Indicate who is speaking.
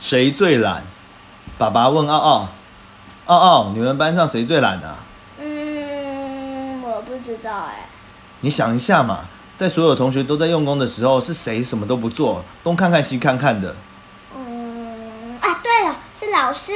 Speaker 1: 谁最懒？爸爸问奥奥。奥奥，你们班上谁最懒啊？
Speaker 2: 嗯，我不知道哎、
Speaker 1: 你想一下嘛，在所有同学都在用功的时候，是谁什么都不做，东看看西看看的？
Speaker 2: 嗯，啊，对了，是老师。